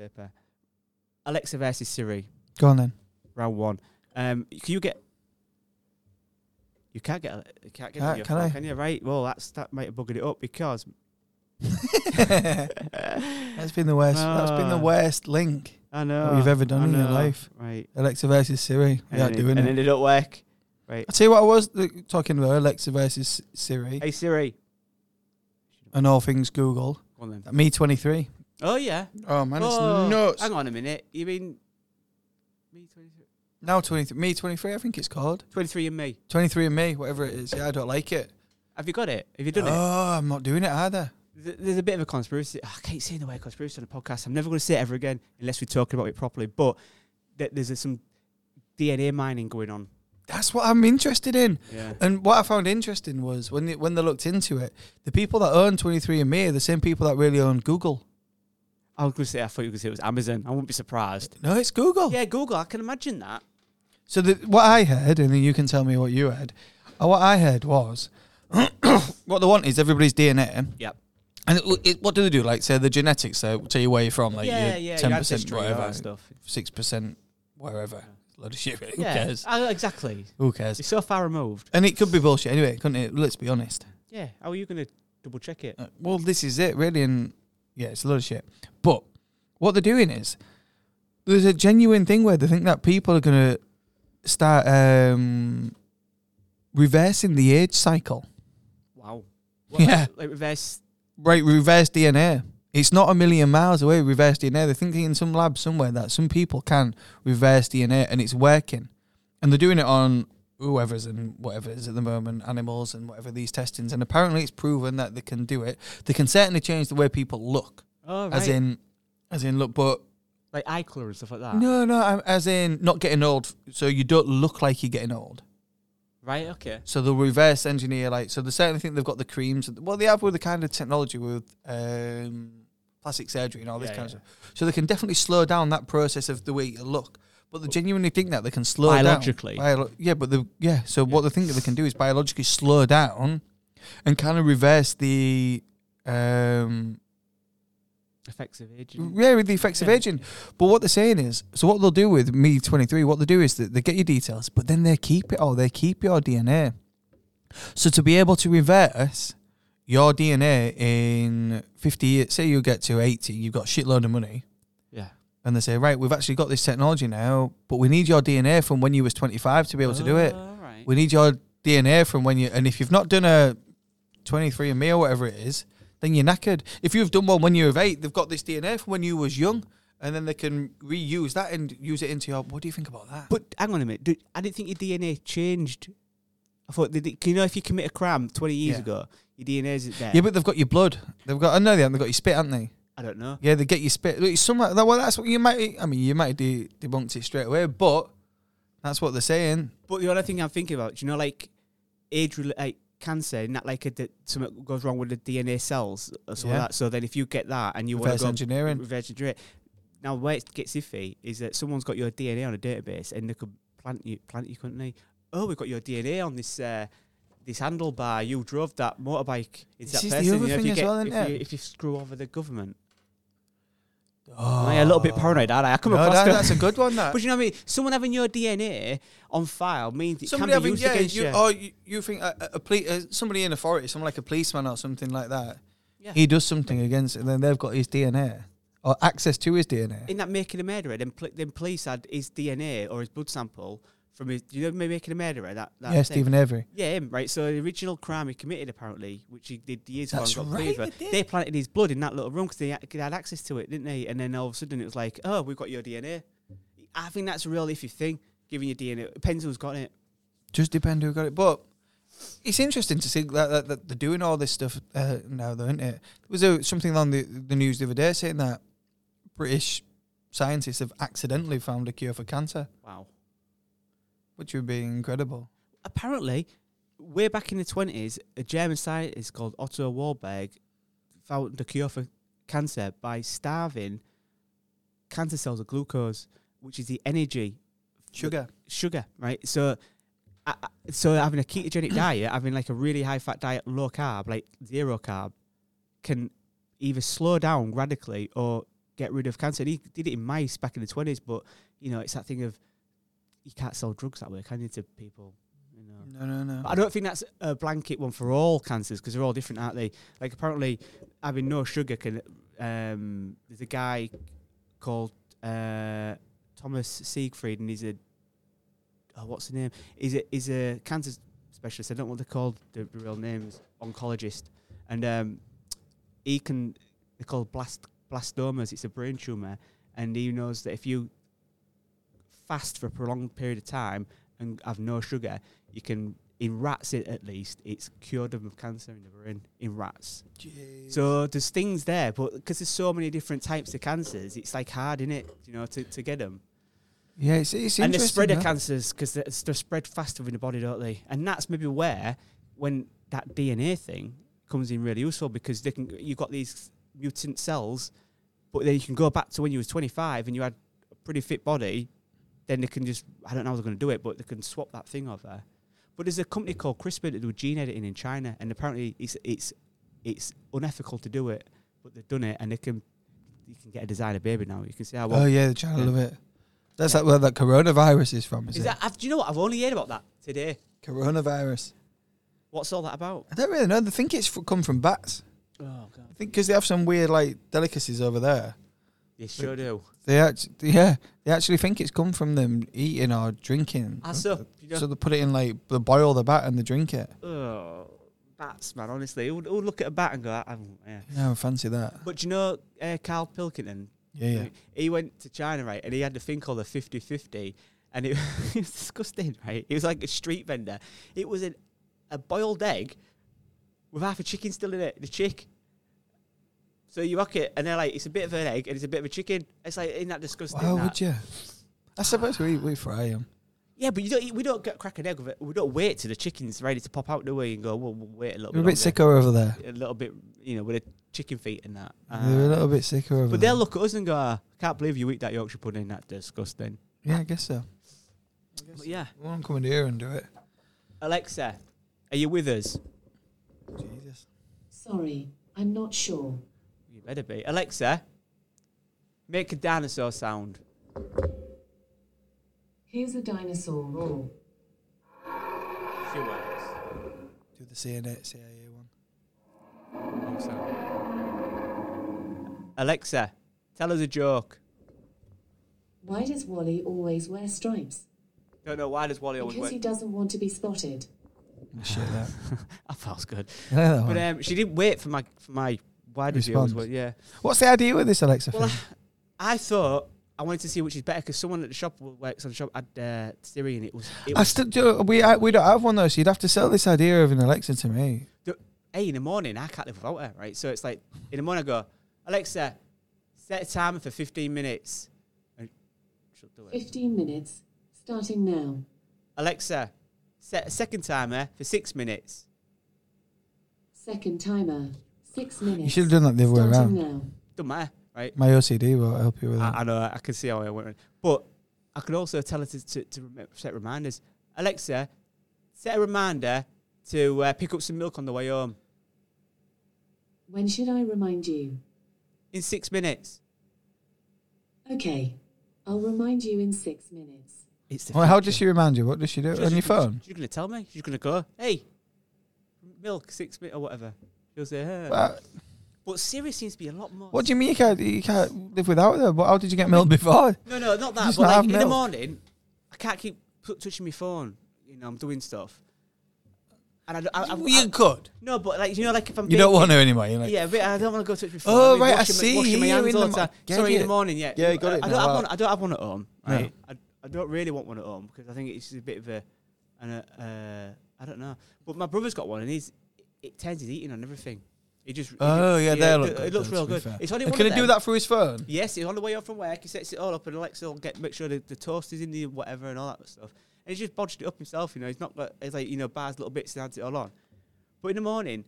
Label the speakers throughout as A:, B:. A: Paper. Alexa versus Siri,
B: Go on then.
A: round one. Um, can you get? You can't get. Ale- You can't get. it
B: Ah,
A: on your
B: can
A: phone,
B: I?
A: Can you? Right. Well, that's that might have buggered it up because.
B: That's been the worst. that's been the
A: Ah.
B: worst link
A: I know.
B: what you've ever done
A: I
B: in your
A: know.
B: life.
A: Right.
B: Alexa versus Siri.
A: And,
B: Without
A: then it,
B: doing
A: and
B: it.
A: then it don't work. Right.
B: I tell you what, I was uh, talking about Alexa versus Siri
A: Hey Siri.
B: and all things Google.
A: Go on then.
B: Me twenty three.
A: Oh yeah.
B: Oh man, it's
A: Oh,
B: nuts.
A: Hang on a minute. You mean me twenty three?
B: Now twenty three. Me twenty three. I think it's called
A: Twenty three and me.
B: twenty three and me. Whatever it is. Yeah, I don't like it.
A: Have you got it? Have you done
B: oh,
A: it?
B: I'm not doing it either.
A: Th- There's a bit of a conspiracy. I keep saying the word conspiracy on a podcast. I'm never going to say it ever again unless we're talking about it properly. But th- there's a, some DNA mining going on.
B: That's what I'm interested in.
A: Yeah.
B: And what I found interesting was when they, when they looked into it, the people that own 23andMe are the same people that really own Google.
A: I was going to say I thought you were going to say it was Amazon. I wouldn't be surprised.
B: No, it's Google.
A: Yeah, Google. I can imagine that.
B: So the, what I heard, and then you can tell me what you heard. Uh, what I heard was what they want is everybody's DNA.
A: Yep.
B: And it, it, what do they do? Like say the genetics, they tell you where you're from, like
A: yeah,
B: you're
A: yeah.
B: ten
A: your
B: percent
A: ancestry, all
B: whatever,
A: that stuff.
B: six percent wherever. Load of shit. really. Who
A: yeah.
B: cares?
A: I- exactly.
B: Who cares?
A: It's so far removed.
B: And it could be bullshit anyway, couldn't it? Let's be honest.
A: Yeah. How are you going to double check it?
B: Uh, well, this is it, really, and yeah, it's a lot of shit. But what they're doing is there's a genuine thing where they think that people are going to start um, reversing the age cycle,
A: Wow.
B: Yeah.
A: Like, like reverse.
B: right? Reverse DNA. It's not a million miles away. Reverse DNA. They're thinking in some lab somewhere that some people can reverse DNA, and it's working. And they're doing it on whoever's and whatever it is at the moment, animals and whatever these testings. And apparently, it's proven that they can do it. They can certainly change the way people look.
A: Oh, right. Ah.
B: As in, as in, look, but
A: like eye colour and stuff like that.
B: no, no, I'm- as in not getting old. So you don't look like you're getting old.
A: Right. Okay.
B: So they'll reverse engineer, like, so they certainly think they've got the creams. that- Well, they have with the kind of technology with um, plastic surgery and all this
A: Yeah,
B: kind
A: yeah.
B: of stuff. So they can definitely slow down that process of the way you look. But they genuinely think that they can slow
A: Biologically.
B: down. Biologically. yeah, but the yeah. So what they think that they can do is biologically slow down and kind of reverse the um,
A: Effects of age. and-
B: Yeah, with the effects of
A: Yeah.
B: aging. But what they're saying is, so what they'll do with me twenty three, what they do is that they get your details, but then they keep it all. They keep your DNA. So to be able to reverse your DNA in fifty years, say you get to eighty, you've got a shitload of money,
A: Yeah.
B: and they say, right, we've actually got this technology now, but we need your DNA from when you was twenty five to be able to do it.
A: All Oh, right.
B: We need your DNA from when you, and if you've not done a 23andMe or whatever it is, then you're knackered. If you've done one when you were eight, they've got this DNA from when you was young, and then they can reuse that and use it into your. What do you think about that?
A: But hang on a minute. Do, I didn't think your DNA changed. I thought, did it, you know, if you commit a crime 20 years
B: Yeah.
A: ago, your DNA isn't there.
B: yeah, but they've got your blood. They've got. I know they haven't. They've got your spit, haven't they?
A: I don't know.
B: Yeah, they get your spit. It's some. Well, that's what you might. I mean, you might de- debunked it straight away, but that's what they're saying.
A: But the other thing I'm thinking about, do you know, like age, rela- like cancer, not like a, di- something goes wrong with the DNA cells or something
B: Yeah.
A: like that. So then if you get that and you want
B: Reverse
A: to go
B: engineering.
A: reverse engineer it. Now, where it gets iffy is that someone's got your DNA on a database and they could plant you, plant you, couldn't they? Oh, we've got your DNA on this uh, this handlebar. You drove that motorbike. It's
B: This
A: that
B: is
A: person.
B: the other
A: you know, if
B: thing
A: you
B: as
A: get,
B: well,
A: if,
B: isn't it?
A: You, if you screw over the government,
B: Oh.
A: Am I a little bit paranoid, aren't I? I come
B: No,
A: across
B: that-
A: the-
B: that's a good one. That.
A: But you know what I mean? Someone having your DNA on file means it
B: somebody
A: can be
B: having
A: used
B: yeah,
A: against
B: you,
A: you.
B: or you, you think a, a, a ple- uh, somebody in authority, someone like a policeman or something like that,
A: Yeah.
B: he does something against it, then they've got his DNA or access to his DNA.
A: In that making a murderer, then, pl- then police had his DNA or his blood sample from his. You know, maybe making a murderer. That, that
B: yeah,
A: thing?
B: Stephen Avery.
A: Yeah, him, right? So the original crime he committed, apparently, which he did years ago,
B: That's
A: and got
B: right,
A: cleared for,
B: they did.
A: they planted his blood in that little room because they, had- they had access to it, didn't they? And then all of a sudden it was like, oh, we've got your DNA. I think that's a real iffy thing, giving your DNA. Depends who's got it.
B: Just depend who got it. But it's interesting to see that, that, that they're doing all this stuff uh, now, though, isn't it? There was a, something on the, the news the other day saying that British scientists have accidentally found a cure for cancer,
A: Wow.
B: which would be incredible.
A: apparently, way back in the twenties, a German scientist called Otto Warburg found the cure for cancer by starving cancer cells of glucose, which is the energy
B: Sugar.
A: sugar, right? So, I I- so having a ketogenic diet, having like a really high fat diet, low carb, like zero carb, can either slow down radically or get rid of cancer. And he did it in mice back in the twenties, but you know, it's that thing of you can't sell drugs that way, can you, to people? You know.
B: No, no, no.
A: But I don't think that's a blanket one for all cancers because they're all different, aren't they? Like apparently, having no sugar can. Um, there's a guy called uh, Thomas Siegfried, and he's a oh, what's the name? He's a he's a cancer specialist. I don't know what they're called. The the real name is oncologist, and um, he can they're called blast blastomas. It's a brain tumor, and he knows that if you fast for a prolonged period of time and have no sugar, you can in rats it at least it's cured them of cancer in the brain in rats so there's things there but because there's so many different types of cancers it's like hard in it you know to, to get them
B: yeah, it's, it's
A: and the
B: interesting,
A: spread of
B: that.
A: cancers because they're, they're spread faster in the body don't they and that's maybe where when that dna thing comes in really useful because they can you've got these mutant cells but then you can go back to when you was 25 and you had a pretty fit body then they can just i don't know how they're going to do it but they can swap that thing over but there's a company called crispr that do gene editing in china and apparently it's it's it's unethical to do it but they've done it and they can you can get a designer baby now you can see how well
B: Oh yeah, the channel
A: Yeah.
B: of it. That's
A: Yeah.
B: like where that coronavirus is from, is,
A: is
B: it?
A: that I've, do you know what i've only heard about that today
B: Coronavirus.
A: What's all that about?
B: I don't really know. They think it's f- come from bats.
A: Oh
B: I
A: god,
B: think because they have some weird like delicacies over there.
A: they sure do.
B: They actually, yeah, they actually think it's come from them eating or drinking.
A: That's up. You know,
B: So they put it in like they boil the bat and they drink it.
A: oh, bats, man. Honestly, who would, who would look at a bat and go, "I wouldn't," yeah.
B: No, fancy that.
A: But do you know, uh, Carl Pilkington,
B: Yeah, yeah.
A: he went to China, right? And he had the thing called a 50-50. and it, it was disgusting, right? It was like a street vendor. It was an, a boiled egg with half a chicken still in it. The chick. So you rock it, and they're like, "It's a bit of an egg, and it's a bit of a chicken." It's like, isn't that disgusting?
B: Why
A: that?
B: would you? I suppose we we fry them.
A: Yeah, but you don't. We don't get crack an egg with it. We don't wait till the chicken's ready to pop out the way and go. Well, we'll wait a little.
B: They're a
A: bit
B: bit sicker over there.
A: longer." A little bit, you know, with the chicken feet and that.
B: They're a
A: Uh,
B: little bit sicker over
A: but
B: there.
A: they'll look at us and go, "Ah, "I can't believe you eat that Yorkshire pudding. That's disgusting."
B: Yeah, I guess so.
A: But yeah,
B: We won't come in here and do it.
A: Alexa, are you with us?
B: Jesus.
C: Sorry, I'm not sure.
A: You better be. Alexa, make a dinosaur sound.
C: Here's a dinosaur roar.
A: She works.
B: Do the CNA, CIA one.
A: Oh, sound. Alexa, tell us a joke.
C: Why does Wally always wear stripes?
A: Don't know why does Wally always
C: Because
A: work.
C: he doesn't want to be spotted.
B: Shit, that.
A: I thought it was good.
B: You know that
A: But
B: one?
A: um, she didn't wait for my for my why did you always
B: Response.
A: wait? Yeah,
B: What's the idea with this Alexa
A: Well,
B: thing?
A: I thought I wanted to see which is better because someone at the shop who works on the shop had uh, Siri and it was. It
B: I
A: was
B: still do, we I, we don't have one though, so you'd have to sell this idea of an Alexa to me.
A: hey, in the morning I can't live without her, right? So it's like in the morning I go, Alexa, set a timer for fifteen minutes, and she'll do it.
C: 15 minutes, starting now.
A: Alexa, set a second timer for six minutes.
C: Second timer, 6 minutes.
B: You should have done that the other way
C: starting
B: around.
C: now.
A: Don't matter, right?
B: My OCD will help you with that.
A: I, I know I can see how I went, wrong. but I could also tell her to, to, to rem- set reminders. Alexa, set a reminder to uh, pick up some milk on the way home
C: When should I remind you?
A: in six minutes.
C: Okay, I'll remind you in 6 minutes.
A: It's the
B: Well, how does she remind you? What does she do? on your phone?
A: She's gonna tell me. She's gonna go, hey, milk six minutes or whatever. She'll say, hey.
B: Well,
A: but Siri seems to be a lot more.
B: Uh, what do you mean you can't, you can't live without her? But how did you get milk before?
A: No, no, not that.
B: Just
A: But
B: not
A: like
B: have
A: in the
B: milk.
A: morning, I can't keep pu- touching my phone. You know, I'm doing stuff. And I, d- I- I- I-
B: could.
A: no, but like you know, like if I'm
B: You don't
A: baking-
B: want her anyway. You're like,
A: Yeah, but I don't want to go touch my phone.
B: Oh,
A: I've been
B: right, I
A: washing my-
B: see.
A: washing my
B: You're
A: hands
B: in
A: all
B: the
A: the
B: mo-
A: time.
B: Get
A: Sorry, in the
B: it.
A: morning. Yeah,
B: Yeah, you got
A: I,
B: it
A: I
B: now,
A: don't have
B: right.
A: one. I don't have one at home.
B: No.
A: Right. I, I don't really want one at home because I think it's just a bit of a, an, uh, I don't know. But my brother's got one and he's it turns his eating on everything. He just he
B: Oh
A: just-
B: yeah, they
A: it,
B: look.
A: it looks
B: though,
A: real
B: to be
A: good.
B: fair.
A: It's only
B: And
A: one
B: Can
A: of
B: it do
A: them.
B: that through his phone?
A: Yes, he's on the way home from work. He sets it all up, and Alexa will get make sure the, the toast is in the whatever and all that stuff. And he's just bodged it up himself. You know, he's not got. He's like you know, bars little bits and adds it all on. But in the morning,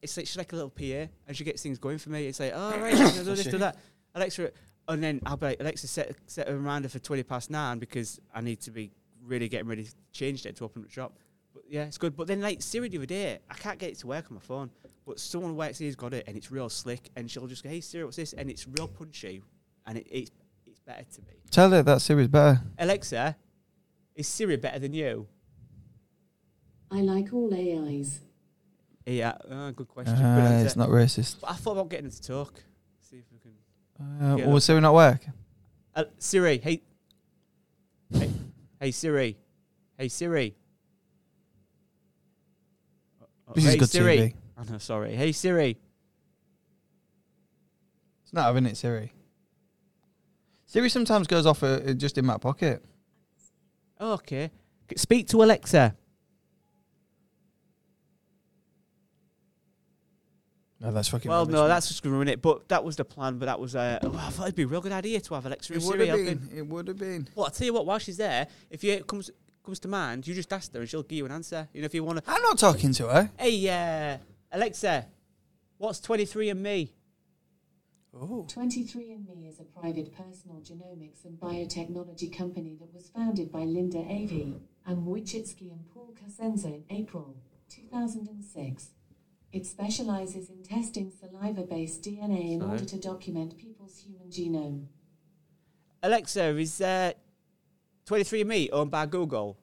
A: it's like she's like a little PA, and she gets things going for me. It's like, oh right, I'm gonna do this, do that. Alexa, and then I'll be like, Alexa, set set a reminder for twenty past nine because I need to be really getting ready to change it to open up shop. But yeah, it's good. But then like Siri the other day, I can't get it to work on my phone. But someone who works here's got it, and it's real slick. And she'll just go, "Hey Siri, what's this?" And it's real punchy, and it, it's it's better to me.
B: Tell her that Siri's better.
A: Alexa, is Siri better than you?
C: I like all AIs.
A: Yeah, uh, good question. good
B: Uh,
A: answer.
B: it's not racist.
A: But I thought about getting her to talk. See if we can.
B: Uh,
A: Yeah.
B: Will Siri not work?
A: Uh, Siri, hey, hey, hey, Siri, hey, Siri. Oh,
B: This is
A: hey,
B: good
A: Siri.
B: TV.
A: Oh, no, sorry. Hey, Siri.
B: It's not having it, Siri. Siri sometimes goes off uh, uh, just in my pocket.
A: Okay. C- Speak to Alexa.
B: No, that's fucking.
A: well, no, that's just going to ruin it. But that was the plan. But that was, uh, oh, I thought it'd be a real good idea to have Alexa
B: It
A: and
B: would
A: Siri
B: have
A: helping.
B: been. It would have been.
A: Well, I'll tell you what, while she's there, if you it comes comes to mind, you just ask her and she'll give you an answer. You know, if you want to,
B: I'm not talking to her.
A: hey, uh, Alexa, what's 23 and me?
B: Oh.
C: 23andMe is a private personal genomics and biotechnology company that was founded by Linda Avey and Wojcicki and Paul Cosenza in April 2006. It specializes in testing saliva based DNA in
A: Sorry.
C: order to document people's human genome.
A: Alexa, is uh, 23 and me owned by Google?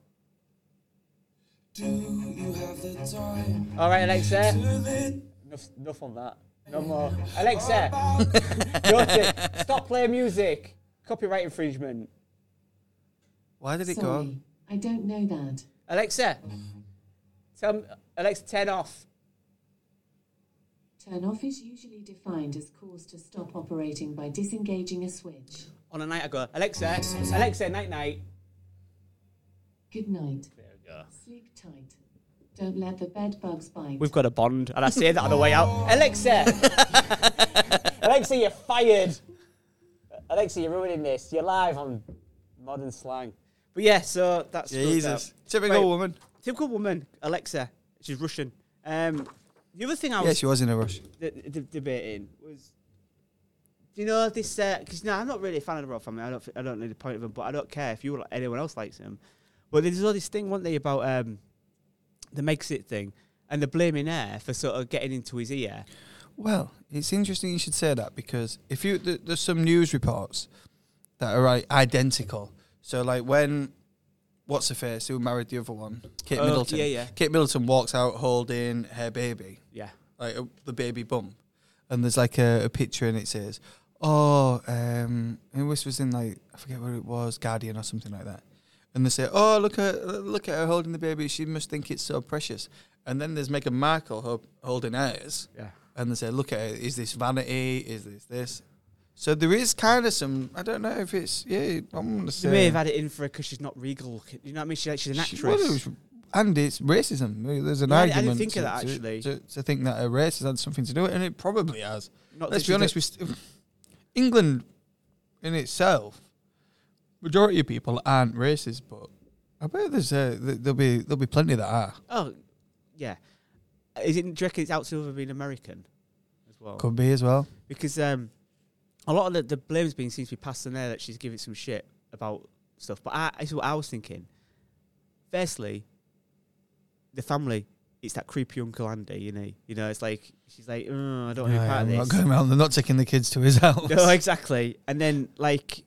A: All right, Alexa. Enough, enough on that. No more. Alexa, your turn. stop playing music. Copyright infringement.
B: Why did it
C: Sorry,
B: go? on?
C: I don't know that.
A: Alexa, tell me, Alexa, turn off.
C: Turn off is usually defined as cause to stop operating by disengaging a switch.
A: On a night I go, Alexa, Alexa, night night.
C: Good night.
A: There we go.
C: Sleep tight. Don't let the bed bugs bite.
A: We've got a bond, and I say that on the way out. Alexa, Alexa, you're fired. Alexa, you're ruining this. You're live on modern slang. But yeah, so that's good,
B: Jesus.
A: that.
B: Typical
A: Right,
B: woman.
A: typical woman. Alexa, she's Russian. Um, the other thing I
B: Yeah,
A: was
B: she was in a rush.
A: d- d- debating was, do you know this? Because no, I'm not really a fan of the royal family. I don't. thi- I don't know the point of them, but I don't care if you or anyone else likes them. But there's all this thing, weren't they, about um, the Megxit thing, and they're blaming her for sort of getting into his ear.
B: Well, it's interesting you should say that because if you th- there's some news reports that are like, identical. So like when what's her face who married the other one, Kate
A: Oh,
B: Middleton.
A: yeah, yeah.
B: Kate Middleton walks out holding her baby,
A: Yeah.
B: like uh, the baby bump, and there's like a, a picture and it says, "Oh, um, who this was in like I forget where it was, Guardian or something like that." And they say, "Oh, look at look at her holding the baby. She must think it's so precious." And then there's Meghan Markle ho- holding hers
A: Yeah.
B: and they say, "Look at it. Is this vanity? Is this this?" So there is kind of some. I don't know if it's. Yeah, I'm gonna
A: She
B: say.
A: may have had it in for her because she's not regal. looking. You know what I mean? She, she's an
B: She-
A: actress.
B: well, it was- and it's racism. There's an
A: Yeah, I didn't
B: argument.
A: think
B: to,
A: of that,
B: to-
A: actually.
B: to, to think that a race has had something to do with it, and it probably has.
A: Not that
B: Let's
A: she
B: be honest.
A: did-
B: We st- England, in itself, majority of people aren't racist, but I bet there's uh, th- there'll be there'll be plenty that are.
A: Oh, yeah. Is it? Do you reckon it's out to being American as well?
B: Could be as well.
A: because um, a lot of the, the blame's been seems to be passed on there that she's giving some shit about stuff. But I, this is what I was thinking. Firstly, the family. It's that creepy Uncle Andy, you know. You know, it's like she's like, oh, I don't want to
B: Yeah,
A: be part of
B: I'm not
A: this.
B: going around. They're not taking the kids to his house.
A: No, exactly. And then like,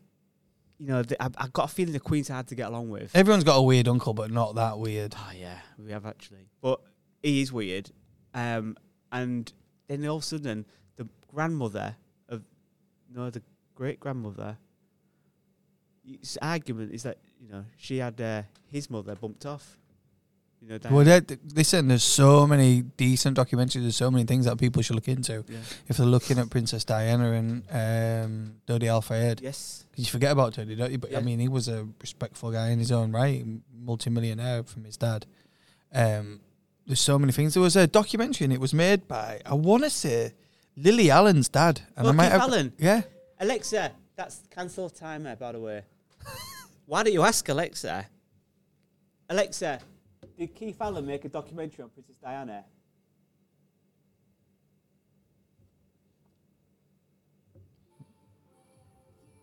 A: you know, the, I, I got a feeling the Queen's hard to get along with.
B: Everyone's got a weird uncle, but not that weird.
A: Oh yeah, we have actually. But he is weird. Um, and then all of a sudden, the grandmother of no, the great grandmother. His argument is that you know she had uh, his mother bumped off. You know,
B: Well,
A: Diana.
B: they, listen, there's so many decent documentaries. There's so many things that people should look into
A: Yeah.
B: if they're looking at Princess Diana and um, Dodi Al Fayed.
A: yes,
B: 'Cause you forget about Dodi, don't you? But
A: Yeah.
B: I mean, he was a respectful guy in his own right, multimillionaire from his dad. Um, there's so many things. There was a documentary, and it was made by I want to say Lily Allen's dad, and
A: Oh,
B: I might
A: Keith
B: have
A: Allen.
B: yeah.
A: Alexa, that's cancel timer. By the way, why don't you ask Alexa? Alexa, did Keith Allen make a documentary on Princess Diana?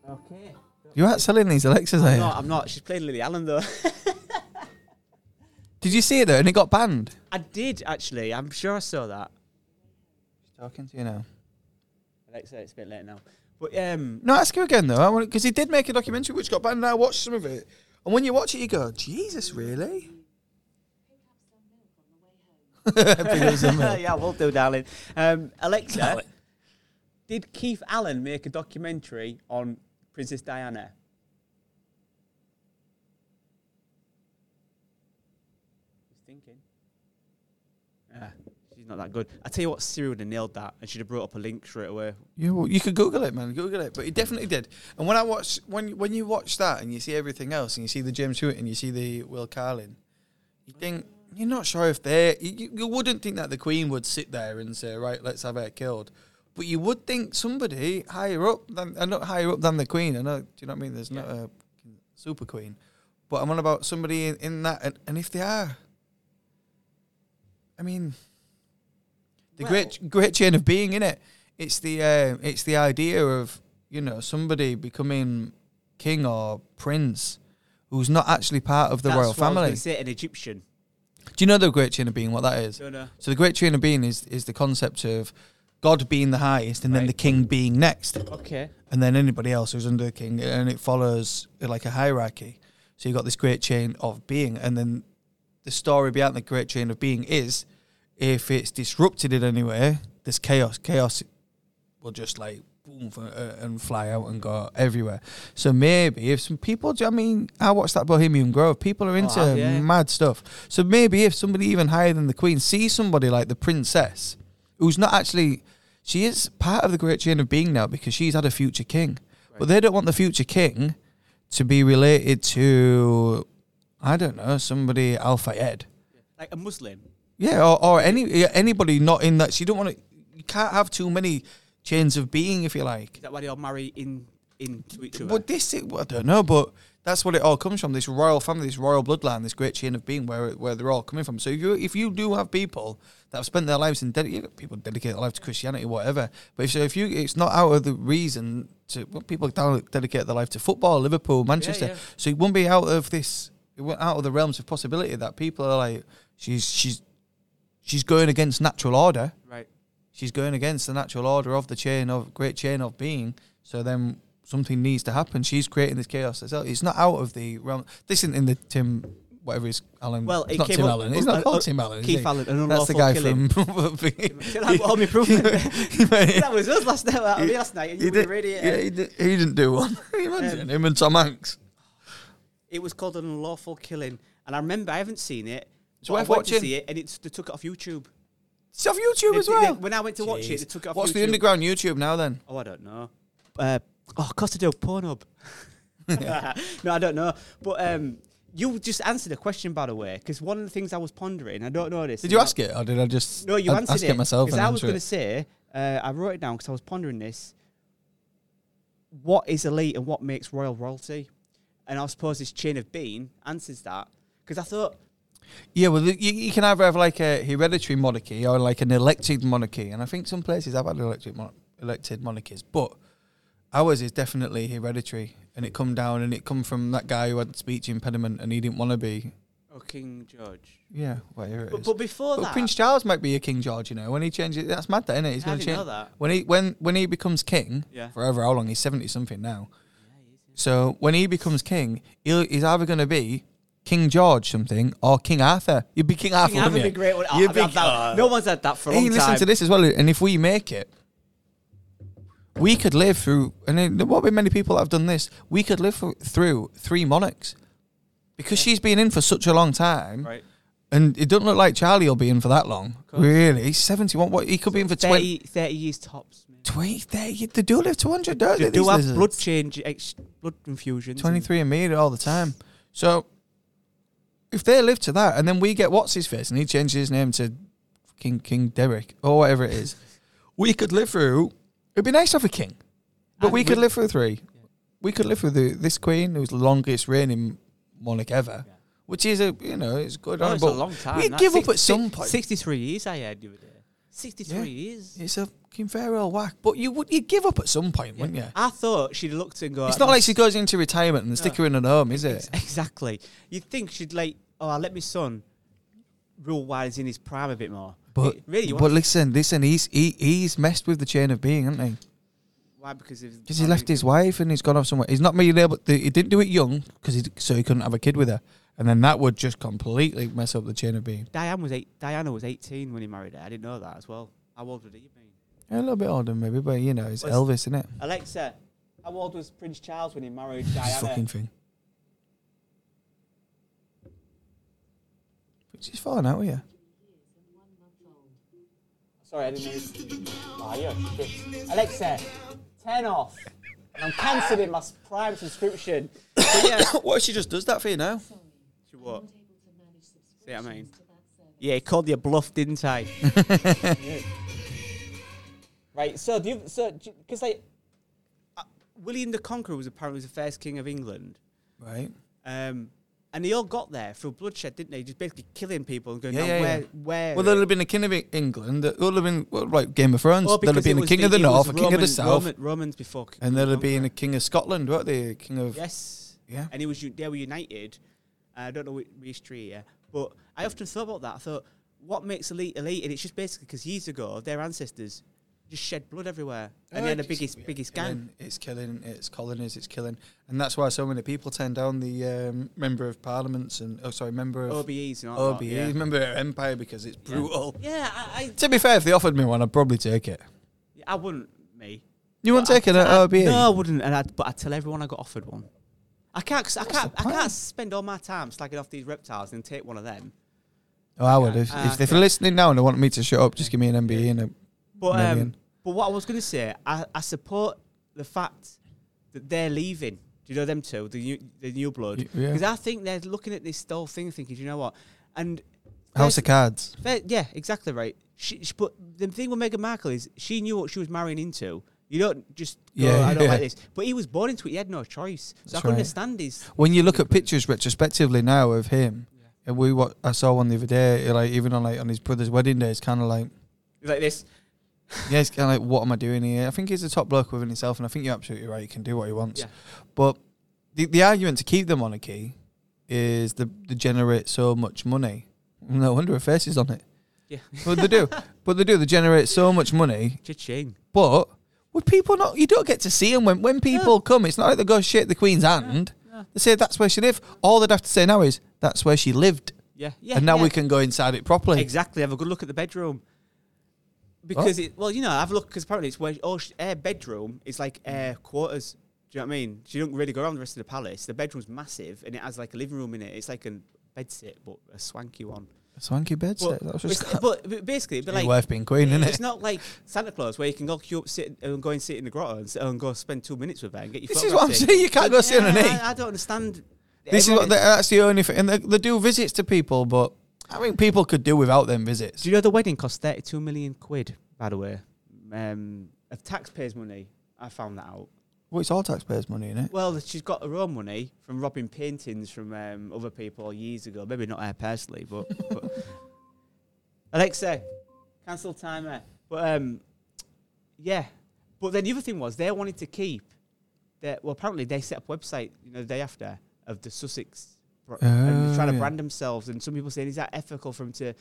A: Okay.
B: You aren't selling these Alexas, are
A: I'm
B: you?
A: not. I'm not. She's playing Lily Allen though.
B: Did you see it though? And it got banned.
A: I did actually. I'm sure I saw that.
B: She's talking to you now.
A: Alexa, it's a bit late now. But um,
B: No, ask him again though, because he did make a documentary which got banned, and I watched some of it. And when you watch it, you go, "Jesus, really?" eh?
A: yeah, we'll do, darling. Um, Alexa, did Keith Allen make a documentary on Princess Diana? He's thinking. Ah, she's not that good. I tell you what, Siri would have nailed that, and she'd have brought up a link straight away.
B: Yeah, well, you could Google it, man. Google it, but he definitely did. And when I watch, when when you watch that and you see everything else, and you see the James Stewart and you see the Will Carlin, you think you're not sure if they. You, you- you wouldn't think that the Queen would sit there and say, "Right, let's have her killed," but you would think somebody higher up than, and not higher up than the Queen. I know. Do you know what I mean? There's not a super Queen, but I'm on about somebody in, in that, and, and if they are, I mean, the great great chain of being in it. It's the uh, it's the idea of you know somebody becoming king or prince who's not actually part of the
A: That's
B: royal
A: what I was
B: family.
A: gonna say an Egyptian.
B: Do you know the great chain of being? What that is?
A: Don't know.
B: So the great chain of being is is the concept of God being the highest and then
A: Right.
B: the king being next
A: Okay.
B: and then anybody else who's under the king, and it follows uh, like a hierarchy. So you've got this great chain of being, and then the story behind the great chain of being is if it's disrupted in any way, there's chaos. Chaos will just like boom f- uh, and fly out and go everywhere. So maybe if some people, do you know what I mean, I watched that Bohemian Grove, people are into
A: have you?
B: mad stuff. So maybe if somebody even higher than the queen sees somebody like the princess, who's not actually, she is part of the great chain of being now because she's had a future king, but they don't want the future king to be related to, I don't know, somebody Al Fayed.
A: Like a Muslim.
B: Yeah, or, or any yeah, anybody not in that. So you don't want to. You can't have too many chains of being, if you like.
A: Is that why they all marry in into each other?
B: But this, is, well, I don't know, but that's what it all comes from. This royal family, this royal bloodline, this great chain of being, where where they're all coming from. So if you if you do have people that have spent their lives in dedicated people dedicate their life to Christianity, whatever. But if so, if you it's not out of the reason to well, people down- dedicate their life to football, Liverpool, Manchester.
A: yeah.
B: So it won't be out of this, it won't out of the realms of possibility that people are like she's she's she's going against natural order
A: right.
B: she's going against the natural order of the chain of great chain of being. So then something needs to happen. She's creating this chaos herself. It's not out of the realm. This isn't in the Tim whatever is Allen.
A: Well,
B: it's
A: it
B: not
A: came
B: Tim
A: up-
B: Allen. It's not
A: uh,
B: called
A: uh,
B: Tim Allen. is
A: Keith
B: it?
A: Allen, an
B: That's the
A: unlawful
B: guy
A: killing.
B: from.
A: Tell that home improvement. that was us last night. I mean, last night, and you were uh,
B: did,
A: radiating.
B: yeah, he, did, he didn't do one. Imagine
A: Um,
B: him and Tom Hanks.
A: It was called an unlawful killing, and I remember I haven't seen it.
B: It's
A: but I
B: worth
A: went to
B: watching.
A: see it, and it's they took it off YouTube.
B: It's off YouTube
A: They-
B: as
A: they-
B: well.
A: when I went to watch it,
B: Jeez.
A: they took it off
B: What's
A: YouTube.
B: the underground YouTube now then?
A: Oh, I don't know. Uh, oh, Costa del Pornhub. no, I don't know. But um, you just answered a question, by the way, because one of the things I was pondering, I don't know this.
B: Did you ask it or did I just
A: No, you
B: a-
A: answered
B: ask
A: it.
B: it, myself?
A: Because
B: and
A: I was
B: answer
A: going to say,
B: it?
A: uh, I wrote it down because I was pondering this. What is elite and what makes royal royalty? And I suppose this chain of being answers that. Because I thought,
B: Yeah, well, you, you can either have like a hereditary monarchy or like an elected monarchy, and I think some places have had elected mon- elected monarchies, but ours is definitely hereditary, and it come down and it come from that guy who had speech impediment and he didn't want to be.
A: oh, King George.
B: Yeah, whatever it
A: But,
B: is.
A: but before
B: But
A: that,
B: Prince Charles might be a King George, you know. When he changes, that's mad, that isn't it? He's
A: I
B: going to
A: didn't
B: change
A: know that.
B: when he when when he becomes king.
A: Yeah.
B: Forever, how long? He's seventy something now. So when he becomes king, he'll, he's either going to be King George something or King Arthur. You'd be King Arthur,
A: King Arthur
B: wouldn't
A: would
B: you?
A: be great. One.
B: You'd
A: I've had that. No one's had that for a long
B: Hey, listen
A: time.
B: to this as well. And if we make it, we could live through, and then there won't be many people that have done this. We could live thro- through three monarchs because she's been in for such a long time,
A: Right.
B: and it doesn't look like Charlie will be in for that long. Really, he's seventy-one. What he could be in for 20,
A: 30, 30 years tops. man.
B: 20 30 They do live to hundred, don't they?
A: They do
B: these
A: have
B: lizards?
A: blood change, ex- blood infusions. and-
B: 23 and me all the time. So if they live to that, and then we get what's his face, and he changes his name to King King Derek or whatever it is, we could live through. It'd be nice to have a king, but
A: And
B: we could
A: we-
B: live through three. We could live through the, this queen who's the longest reigning monarch ever, which is a you know it's good.
A: Oh,
B: on
A: it's a
B: but
A: long time.
B: We'd
A: that.
B: give up
A: Six-
B: at some point.
A: Sixty-three years I had the other day. Sixty-three years.
B: It's a fucking fair old whack, but you would you give up at some point, wouldn't you?
A: I thought she'd looked and go.
B: It's not like she goes into retirement and stick her in at home, is it?
A: exactly. You'd think she'd like, oh, I'll let my son rule while he's in his prime a bit more.
B: But
A: It- really, you
B: but
A: want-
B: listen, listen, he's he, he's messed with the chain of being, hasn't he?
A: Why? Because of
B: Because he left his wife and he's gone off somewhere. He's not made able. To, he didn't do it young because he so he couldn't have a kid with her, and then that would just completely mess up the chain of being.
A: Diane was eight. Diana was eighteen when he married her. I didn't know that as well. How old would he have been?
B: A little bit older maybe, but you know, it's
A: Was-
B: Elvis, isn't it?
A: Alexa, how old was Prince Charles when he married
B: This fucking
A: Diana?
B: thing. But she's falling out with you.
A: Sorry, I didn't. Mean... Oh, you're a shit. Alexa, turn off. And I'm cancelling my s- Prime subscription. But yeah.
B: what if she just does that for you now?
A: what?
C: See
A: what I mean? Yeah, he called you bluff, didn't I? right. So do you? So because like, uh, William the Conqueror was apparently the first king of England,
B: Right.
A: um, and they all got there through bloodshed, didn't they? Just basically killing people and going,
B: Yeah,
A: "No,
B: yeah,
A: where,
B: yeah.
A: where?
B: Well, there'd have been a king of E- England. There would have been well, like Game of Thrones.
A: Well,
B: there'd have
A: Oh, because it
B: been a
A: was
B: king of the
A: it was
B: north, a king of the
A: Roman-
B: south,
A: Roman, Romans before. King
B: and
A: of
B: there'd have been a
A: Conqueror.
B: king of Scotland, weren't they? A king of
A: Yes.
B: Yeah.
A: And he was u- they were united. I don't know which history here, but I often thought about that. I thought, what makes elite elite? And it's just basically because years ago their ancestors just shed blood everywhere, and they're the
B: It's-
A: biggest
B: yeah,
A: biggest
B: killing,
A: gang.
B: It's killing. It's colonies. It's killing, and that's why so many people turn down the um, member of parliaments and oh, sorry, member of
A: OBEs and all
B: OBE,
A: that. oh, Yeah,
B: member of empire because it's brutal.
A: yeah I,
B: To be fair, if they offered me one, I'd probably take it.
A: I, I wouldn't me.
B: You wouldn't take it at
A: I,
B: OBE?
A: No, I wouldn't. And I'd, but I tell everyone I got offered one. I can't. 'cause I can't. I
B: point?
A: can't spend all my time slagging off these reptiles and take one of them.
B: Oh, I would. If,
A: Ah,
B: if they're listening now and they want me to shut up, just give me an MBE and a
A: But um,
B: million.
A: but what I was going to say, I, I support the fact that they're leaving. Do you know them two, the new, the new blood?
B: Y- yeah.
A: Because I think they're looking at this whole thing, thinking, "Do you know what? And
B: House of Cards.
A: fair- yeah, exactly right. She, she, but the thing with Meghan Markle is she knew what she was marrying into. You don't just go,
B: Yeah,
A: I don't like
B: yeah.
A: this. But he was born into it. He had no choice. So I
B: That's
A: can
B: right.
A: understand his.
B: When you look at pictures retrospectively now of him, and we what I saw one the other day, like even on like on his brother's wedding day, it's kind of like
A: Like this.
B: yeah, it's kind of like, what am I doing here? I think he's a top bloke within himself, and I think you're absolutely right. He can do what he wants.
A: Yeah.
B: But the, the argument to keep the monarchy is the they generate so much money. No wonder her face is on it.
A: Yeah.
B: But they do. but they do. They generate so much money.
A: Cha-ching.
B: But would people not? You don't get to see them when when people come. It's not like they go shake the Queen's hand. They say that's where she lived. All they'd have to say now is that's where she lived,
A: Yeah. Yeah.
B: and now
A: yeah.
B: we can go inside it properly.
A: Exactly. Have a good look at the bedroom. Because it, well, you know, have a look because apparently it's where oh, sh- her bedroom is like her quarters. Do you know what I mean? She don't really go around the rest of the palace. The bedroom's massive and it has like a living room in it. It's like a bed sit, but a swanky one.
B: Swanky bedstead. That was
A: it's-
B: just
A: but, but basically, but
B: Ain't
A: like
B: worth being queen, innit?
A: It's not like Santa Claus where you can go queue up, sit and go and sit in the grotto and, s- and go spend two minutes with her and get your.
B: This is what I'm
A: photographs
B: saying, you can't go sit on
A: yeah,
B: an
A: I, I don't understand.
B: This is
A: Everyone-
B: what they- that's the only thing. And they, they do visits to people, but I mean, people could do without them visits.
A: Do you know the wedding cost 32 million quid, by the way, um, of taxpayers' money? I found that out.
B: Well, it's all taxpayers' money, innit?
A: Well, she's got her own money from robbing paintings from um, other people years ago. Maybe not her personally, but, but Alexa, cancel timer. But um, yeah, but then the other thing was they wanted to keep. Their, well, apparently they set up a website, you know, the day after of the Sussex, br- and they're
B: Oh,
A: trying to
B: yeah.
A: brand themselves. And some people saying, is that ethical for them to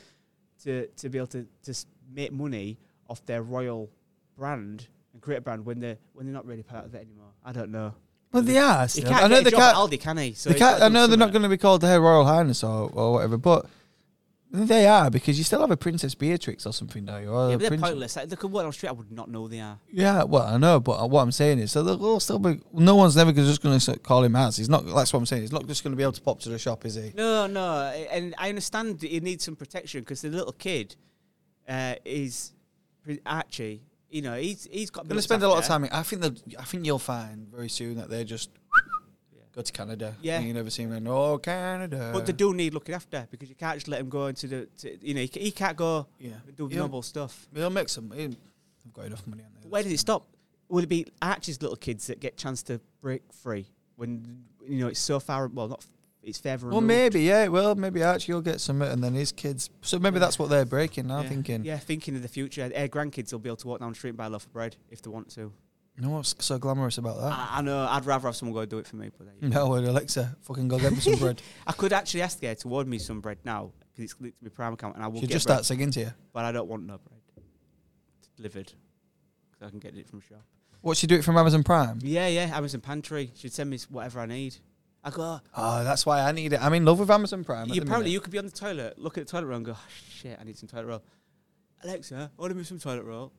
A: to to be able to just make money off their royal brand and create a brand when they're when they're not really part of it anymore? I don't know.
B: Well, they are.
A: He
B: Still.
A: can't
B: I know
A: get
B: they
A: a job at
B: can't.
A: Aldi, can he? So
B: They
A: he's
B: can't
A: gotta
B: I
A: do
B: know they're not
A: something.
B: going to be called Her Royal Highness or, or whatever, but they are because you still have a Princess Beatrix or something, don't you?
A: Yeah,
B: Or a
A: but they're
B: prince-
A: pointless. Like, look at what on the street. I would not know they are.
B: Yeah, well, I know, but what I'm saying is, so they'll all still be. No one's never gonna- just going to call him as. He's not. That's what I'm saying. He's not just going to be able to pop to the shop, is he?
A: No, no, and I understand that he needs some protection because the little kid uh, is pre- Archie. You know, he's he's got.
B: Going to spend a lot of time. I think. they'll- I think you'll find very soon that they're just go to Canada.
A: Yeah.
B: and you never see him. in, Oh, Canada.
A: but they do need looking after because you can't just let him go into the. To, you know, he, ca- he can't go
B: Yeah.
A: and do
B: Yeah.
A: noble stuff.
B: They'll make some. They've got enough money on there.
A: Where does it stop? Will it be Archie's little kids that get chance to break free when you know it's so far? Well, not f- it's further.
B: Well,
A: removed.
B: maybe, yeah. Well, maybe Archie will get some, and then his kids. So maybe that's what they're breaking now,
A: yeah.
B: thinking.
A: Yeah, thinking of the future. Their grandkids will be able to walk down the street and buy a loaf of bread if they want to.
B: You know what's so glamorous about that?
A: I, I know. I'd rather have someone go do it for me. But there you go.
B: No, well, Alexa, fucking go get me some bread.
A: I could actually ask her to order me some bread now because it's linked to my Prime account, and I will
B: She'll
A: get
B: just
A: bread,
B: start singing to you.
A: but I don't want no bread It's delivered because I can get it from shop.
B: What she do it from Amazon Prime?
A: Yeah, yeah. Amazon Pantry. She'd send me s- whatever I need. I go. "Oh,
B: Oh, that's why I need it. I'm in love with Amazon Prime. Um, at
A: you
B: the
A: apparently
B: minute.
A: you could be on the toilet, look at the toilet roll, and go, oh, "Shit, I need some toilet roll." Alexa, order me some toilet roll.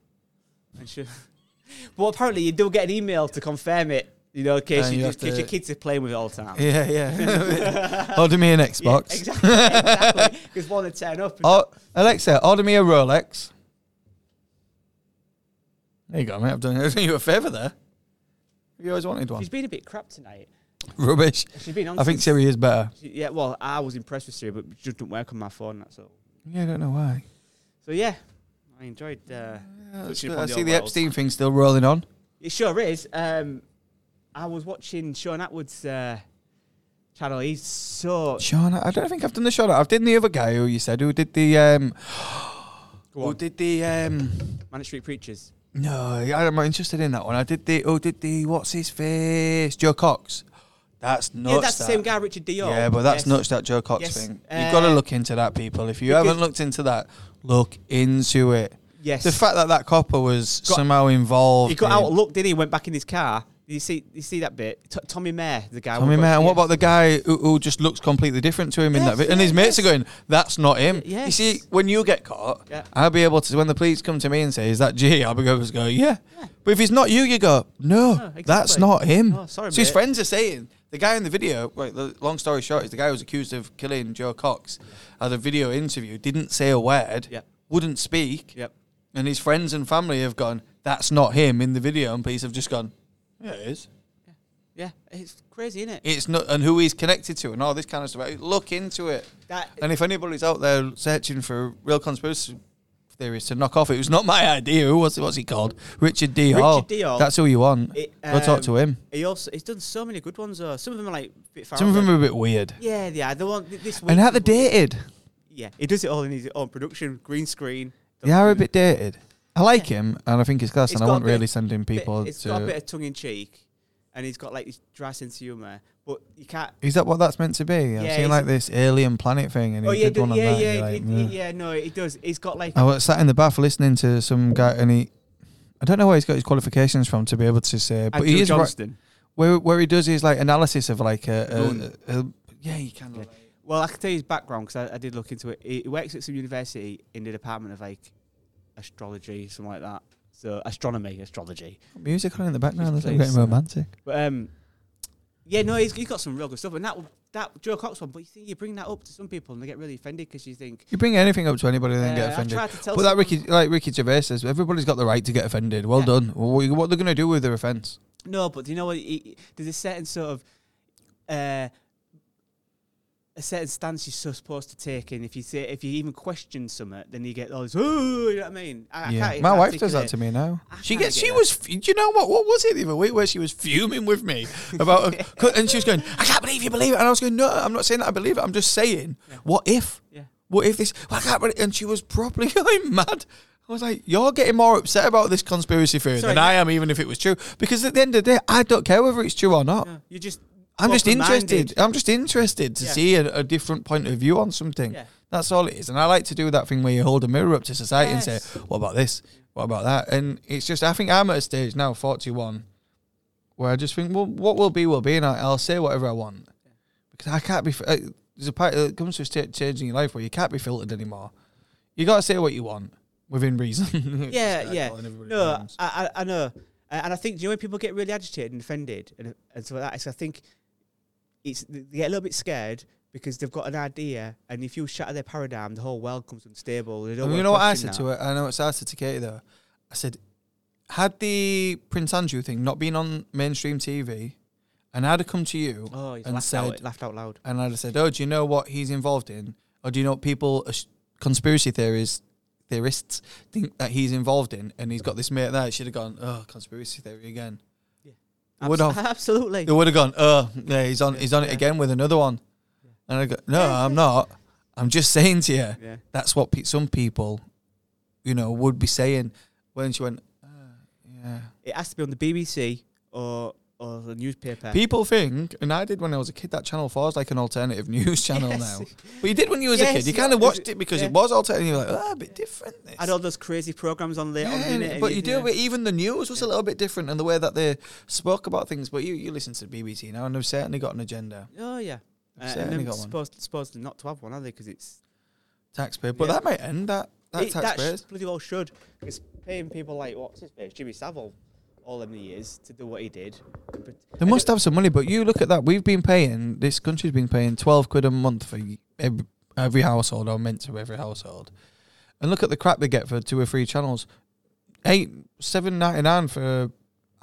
A: And she, well, apparently you do get an email to confirm it. You know, in case,
B: And
A: you,
B: you
A: in
B: have
A: case
B: to-
A: your kids are playing with it all the time.
B: Yeah, yeah. order me an Xbox.
A: Yeah, exactly. Exactly. Because one of ten up.
B: Oh, Alexa, order me a Rolex. There you go, mate. I've done I've done you a favour there. You always wanted one.
A: She's been a bit crap tonight.
B: Rubbish.
A: She's been on.
B: I think Siri is better.
A: Yeah, well, I was impressed with Siri, but it just didn't work on my phone. That's all.
B: Yeah, I don't know why.
A: So yeah, I enjoyed. Uh,
B: Yeah,
A: Touching
B: that's-
A: upon
B: I
A: the
B: see
A: old
B: the
A: rails.
B: Epstein thing still rolling on.
A: it sure is. Um, I was watching Sean Atwood's uh, channel. He's so
B: Sean, I don't think I've done the Sean. I've done the other guy who you said who did the um,
A: Go
B: who
A: on.
B: did the um.
A: Manic Street Preachers.
B: No, I'm not interested in that one. I did the who did the what's his face Joe Cox. That's nuts.
A: yeah, that's the
B: that.
A: same guy, Richard Dior.
B: Yeah, but that's
A: Yes.
B: nuts that Joe Cox
A: Yes.
B: thing. You've got to
A: Uh,
B: look into that, people. If you
A: because-
B: haven't looked into that, look into it.
A: Yes,
B: The fact that that copper was
A: Got-
B: somehow involved.
A: he got
B: in-
A: out, looked, didn't he? Went back in his car. You see, you see that bit. T- Tommy Mayer, the guy.
B: I mean, man, what about the guy who, who just looks completely different to him in that
A: Yes,
B: video? And his
A: yeah,
B: mates
A: yes.
B: are going, that's not him.
A: Y- yes.
B: You see, when you get caught,
A: Yeah.
B: I'll be able to, when the police come to me and say, is that G? I'll be able to go, yeah. But if it's not you, you go, no, that's
A: exactly.
B: not him.
A: No, sorry,
B: so his
A: mate.
B: friends are saying, the guy in the video, right, the long story short, is the guy who was accused of killing Joe Cox had a video interview, didn't say a word,
A: Yep.
B: wouldn't speak.
A: Yep.
B: And his friends and family have gone, that's not him in the video. And police have just gone, yeah, it is
A: Yeah, it's crazy, isn't it?
B: it's not and who he's connected to and all this kind of stuff. Look into it.
A: That
B: And if anybody's out there searching for real conspiracy theories to knock off, it was not my idea. Who was what's he called? Richard D.
A: Richard
B: Hall.
A: D. Hall.
B: That's who you want.
A: It,
B: Go talk
A: um,
B: to him.
A: he also he's done so many good ones. Though. Some of them are like a bit far
B: Some of
A: out
B: them
A: there.
B: are a bit weird.
A: Yeah, yeah. The one th- this week.
B: And how they're
A: was-
B: dated.
A: Yeah, he does it all in his own production, green screen.
B: They are a bit dated. I like him and I think he's class
A: It's
B: and I
A: got a
B: won't
A: bit-
B: really send him
A: Bit-
B: people
A: It's got a bit
B: to
A: of tongue in cheek, and he's got like this dry sense of humor. But you can't.
B: Is that what that's meant to be? I've
A: Yeah,
B: seen
A: he's-
B: like this alien planet thing and
A: oh
B: he
A: yeah,
B: did
A: do-
B: one
A: yeah,
B: on that.
A: yeah,
B: You're like, "Mm." Uh,
A: it-
B: "Meh."
A: it- yeah. No, it does. He's got like.
B: I was sat in the bath listening to some guy, and he, I don't know where he's got his qualifications from to be able to say, but
A: Andrew
B: he is right.
A: Johnston.
B: Where, where he does his like analysis of like a,
A: Moon.
B: a, a yeah, you can.
A: Yeah. Well, I can tell you his background because I, I did look into it. He, he works at some university in the department of like astrology, something like that. So astronomy, astrology.
B: Music on in the background,
A: Just
B: that's getting
A: please.
B: romantic.
A: But um, yeah, no, he's, he's got some real good stuff, and that that Joe Cox one. But you think you bring that up to some people and they get really offended because you think
B: You bring anything up to anybody, they
A: uh,
B: get
A: I
B: offended.
A: tried to tell.
B: But that
A: some-
B: Ricky, like Ricky Gervais says, everybody's got the right to get offended. Well
A: Yeah.
B: done. Well, what what they're gonna do with their offence?
A: no, but you know what? He, he- there's a certain sort of uh, a certain stance you're so supposed to take, and if you say if you even question something, then you get all this. Ooh, you know what I mean? I, I
B: Yeah,
A: can't
B: my wife does that
A: articulate-
B: to me now.
A: I
B: She
A: can't
B: gets.
A: get
B: She
A: that.
B: was. f- Do you know what? What was it the other week where she was fuming with me about? and she was going, "I can't believe you believe it," and I was going, "No, I'm not saying that I believe it. I'm just saying, what if?
A: Yeah.
B: What if this? Well, I can't believe." And she was probably going mad. I was like, "You're getting more upset about this conspiracy theory
A: Sorry,
B: than I am, even if it was true. Because at the end of the day, I don't care whether it's true or not.
A: No, you just.
B: I'm just
A: open-minded.
B: interested. I'm just interested to
A: Yeah.
B: see a, a different point of view on something.
A: Yeah.
B: That's all it is. And I like to do that thing where you hold a mirror up to society and
A: Yes.
B: say, "What about this? What about that?" And it's just, I think I'm at a stage now, 41, where I just think, "Well, what will be will be," and I, I'll say whatever I want because I can't be. f- Uh, there's a part that comes to a state change in your life where you can't be filtered anymore. You got to say what you want within reason.
A: yeah,
B: Start
A: yeah.
B: calling everybody
A: No,
B: names.
A: I, I, I know, and and I think do you know when people get really agitated and offended and and so that. It's, I think it's they get a little bit scared because they've got an idea, and if you shatter their paradigm, the whole world comes unstable. They don't
B: And
A: wanna
B: you know what I
A: question
B: said
A: that.
B: to her? I know it's I said to Katie though. I said, had the Prince Andrew thing not been on mainstream TV, and I'd have come to you
A: Oh, he's
B: and
A: laughed
B: said,
A: out, laughed out loud.
B: and I'd have said, oh, do you know what he's involved in, or do you know what people, as- conspiracy theories, theorists think that he's involved in, and he's got this mate there. She'd have gone, oh, conspiracy theory again. I would
A: Abs-
B: have.
A: absolutely.
B: They would have gone, oh, yeah, he's on, he's on it
A: Yeah.
B: again with another one. And I go, no,
A: Yeah.
B: I'm not. I'm just saying to you
A: Yeah.
B: that's what pe- some people, you know, would be saying. When she went, uh, "Ah, yeah,
A: It has to be on the BBC or. or or the newspaper.
B: People think, and I did when I was a kid, that Channel 4 is like an alternative news channel
A: Yes.
B: now. But you did when you was a
A: Yes,
B: kid. You
A: yeah,
B: kind of
A: is
B: watched
A: it-
B: it because
A: yeah.
B: it was alternative. You're like, oh, a bit different. this."
A: I had all those crazy programs on there.
B: Yeah,
A: on the internet,
B: but you do.
A: yeah.
B: But even the news was a little bit different in the way that they spoke about things. But you, you listen to BBC now, and they've certainly got an agenda.
A: Oh yeah. Uh,
B: Certainly
A: and then
B: got one.
A: supposed supposed not to have one, are they? Because it's
B: Taxpayer, but
A: Yeah.
B: that might end that. That
A: it, that
B: taxpayers.
A: sh- bloody well should. It's paying people like what's his face, Jimmy Savile, all them years to do what he did. But
B: They must have some money, but you look at that. We've been paying this country's been paying twelve quid a month for every, every household, or meant to every household, and look at the crap they get for two or three channels, eight seven ninety nine for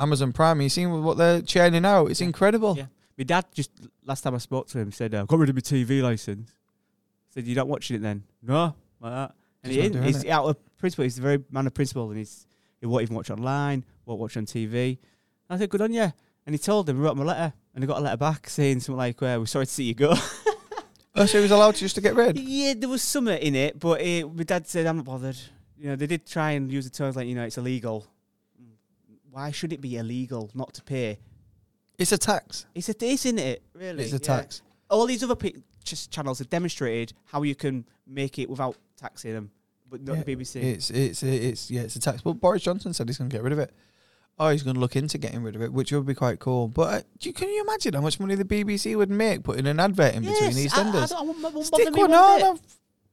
B: Amazon Prime. You seen what they're churning out? It's incredible.
A: Yeah. My dad just last time I spoke to him said, uh, "Got rid of my TV license." said, "You're not watching it then?" No, like that. And
B: Just
A: he
B: not
A: isn't.
B: doing
A: He's
B: it.
A: out of principle. He's a very man of principle, and he's he won't even watch online, won't watch on TV. And I said, "Good on you." And he told him, wrote him a letter, and he got a letter back saying something like, uh, "We're sorry to see you go."
B: Oh, so he was allowed to just to get rid.
A: yeah, there was some in it, but uh, my dad said, "I'm not bothered." You know, they did try and use the terms like, you know, it's illegal. Why should it be illegal not to pay?
B: It's a tax.
A: It's a, it's in it, really.
B: It's a
A: yeah
B: tax.
A: all these other pe- just channels have demonstrated how you can make it without taxing them, but not
B: Yeah,
A: the BBC.
B: It's it's it's yeah, it's a tax. But Boris Johnson said he's going to get rid of it. Oh, he's going to look into getting rid of it, which would be quite cool. But uh, you, can you imagine how much money the BBC would make putting an advert in between
A: Yes, I- I
B: EastEnders?
A: don't- I wouldn't- wouldn't bother
B: Stick
A: me
B: one
A: one
B: on.
A: bit.
B: and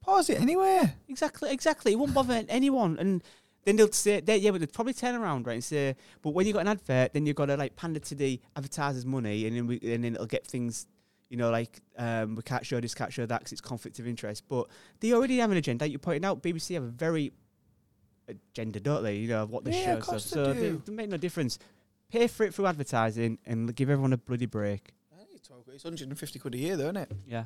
B: Pause it anywhere.
A: Exactly, exactly. It won't bother anyone. And then they'll say, they, yeah, but they'd probably turn around, right, and say, but when you've got an advert, then you've got to, like, pander to the advertiser's money, and then, we, and then it'll get things, you know, like, um, we can't show this, can't show that, because it's conflict of interest. But they already have an agenda. Like you pointed out, BBC have a very agenda, don't they? You know, of what they show.
B: Yeah, of
A: and stuff.
B: course they
A: so
B: do.
A: They, they make no difference. Pay for it through advertising and give everyone a bloody break.
B: It's 150 quid a year, though, isn't it?
A: Yeah.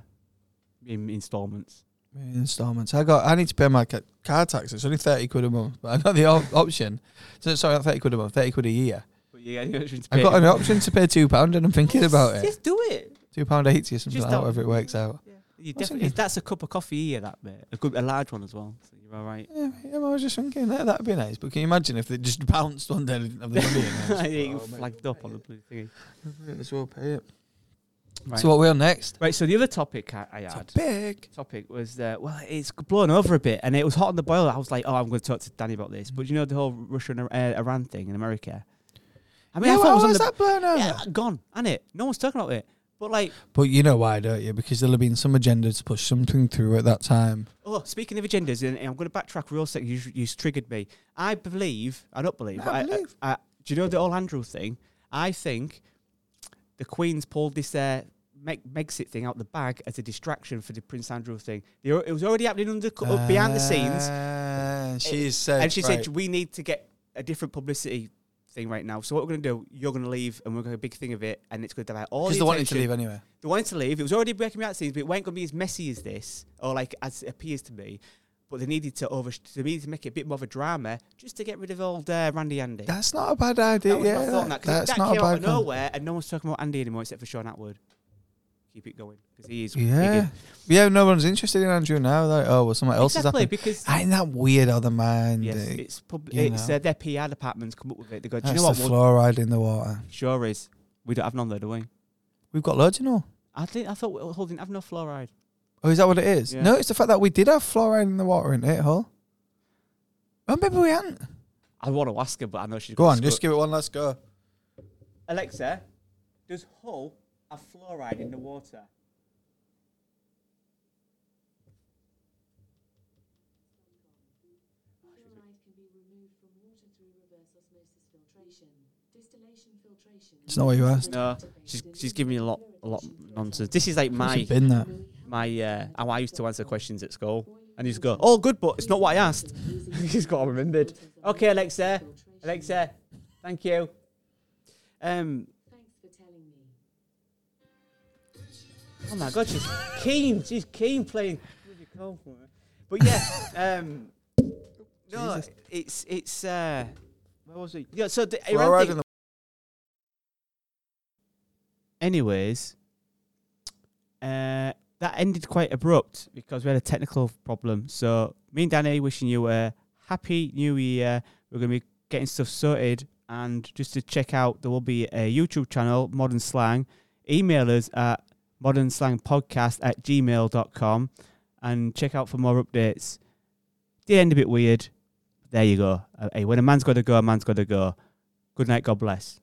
A: In installments.
B: Installments. I got. I need to pay my ca- car tax. It's only 30 quid a month, but I got the op- option. So sorry, not 30 quid a month, 30 quid a year.
A: But yeah, you're to
B: I've
A: pay
B: got an option to pay two pound, and I'm thinking about it.
A: Just do it.
B: Two pound eighty or something,
A: Just
B: like that,
A: don't-
B: however it works out.
A: You
B: That's
A: definitely,
B: okay.
A: that's a cup of coffee here, that bit. A good, a large one as well. So you're all right.
B: Yeah, yeah, I was just thinking that that'd be nice. But can you imagine if they just bounced one day and didn't have the money? in there?
A: I think you
B: Oh, mate,
A: flagged up on the blue thingy.
B: might as well pay it.
A: Right.
B: So what we on next?
A: right. So the other topic I, I had
B: Topic.
A: topic was uh, well, it's blown over a bit, and it was hot on the boil. I was like, oh, I'm going to talk to Danny about this. But you know the whole Russia and Ar- uh, Iran thing in America. I mean,
B: yeah,
A: I thought it
B: how
A: was on
B: was
A: the
B: that blown over?
A: yeah, gone, and it. No one's talking about it. But like,
B: But you know why, don't you? Because there'll have been some agenda to push something through at that time.
A: oh, speaking of agendas, and, and I'm going to backtrack real second. You, you triggered me. I believe. I don't believe.
B: No,
A: but
B: I
A: I,
B: believe.
A: I, I- do you know the old Andrew thing? I think the Queen's pulled this uh, Meg- Megxit thing out the bag as a distraction for the Prince Andrew thing. They al- It was already happening under co- behind the scenes.
B: Ah, She
A: It-
B: said.
A: and she
B: right.
A: said we need to get a different publicity thing right now. So what we're going to do, you're going to leave, and we're going to a big thing of it, and it's going to divide all.
B: because
A: the
B: they wanted to
A: attention.
B: leave anyway.
A: They wanted to leave. It was already breaking me out scenes, but it weren't going to be as messy as this, or like as it appears to me. But they needed to over. They needed to make it a bit more of a drama, just to get rid of old uh, Randy Andy.
B: That's not a bad idea.
A: That was
B: yeah,
A: my thought on that, 'cause
B: that's
A: that
B: not
A: came
B: a
A: out
B: bad
A: of
B: one.
A: nowhere, and no one's talking about Andy anymore except for Sean Atwood. Keep it going because he is.
B: Yeah, yeah. No one's interested in Andrew now. Like, oh, well, something else
A: exactly
B: has happened.
A: because
B: Ain't that weird? Other mind.
A: yes,
B: uh,
A: it's pub-
B: you
A: it's
B: know.
A: uh, their PR departments come up with it. They go, do
B: That's
A: you know what?
B: the
A: We'll
B: fluoride in the water.
A: Sure is. We don't have none though, do we?
B: We've got loads, you know.
A: I think I thought we were holding have no fluoride.
B: Oh, is that what it is?
A: Yeah.
B: No, it's the fact that we did have fluoride in the water in it, Hull. Well, maybe we hadn't.
A: I want to ask her, but I know she's
B: Go
A: gonna
B: on,
A: scut.
B: just give it one last go.
A: Alexa, does Hull have fluoride in the water?
C: Fluoride can be removed from water through reverse osmosis filtration, distillation filtration.
B: It's not what you asked.
A: No, she's she's giving me a lot a lot of nonsense. This is like my
B: It's been that.
A: my uh, how I used to answer questions at school, and you just go, "Oh, good, but it's not what I asked." he's got all remembered. Okay, Alexa, Alexa, thank you. Um,
C: Thanks for telling me.
A: Oh my god, she's keen. She's keen playing. bloody golf, man. But yeah, um, no,
B: Jesus.
A: it's it's. Uh, where was he? Yeah, so the Iran
B: Fluoride
A: thing-
B: in the
A: anyways, uh, that ended quite abrupt because we had a technical problem. So me and Danny wishing you a happy new year. We're gonna be getting stuff sorted And just to check out, there will be a YouTube channel, Modern Slang. Email us at modernslangpodcast at gmail.com and check out for more updates. Did end a bit weird. There you go. Uh, Hey, when a man's got to go, a man's got to go. Good night. God bless.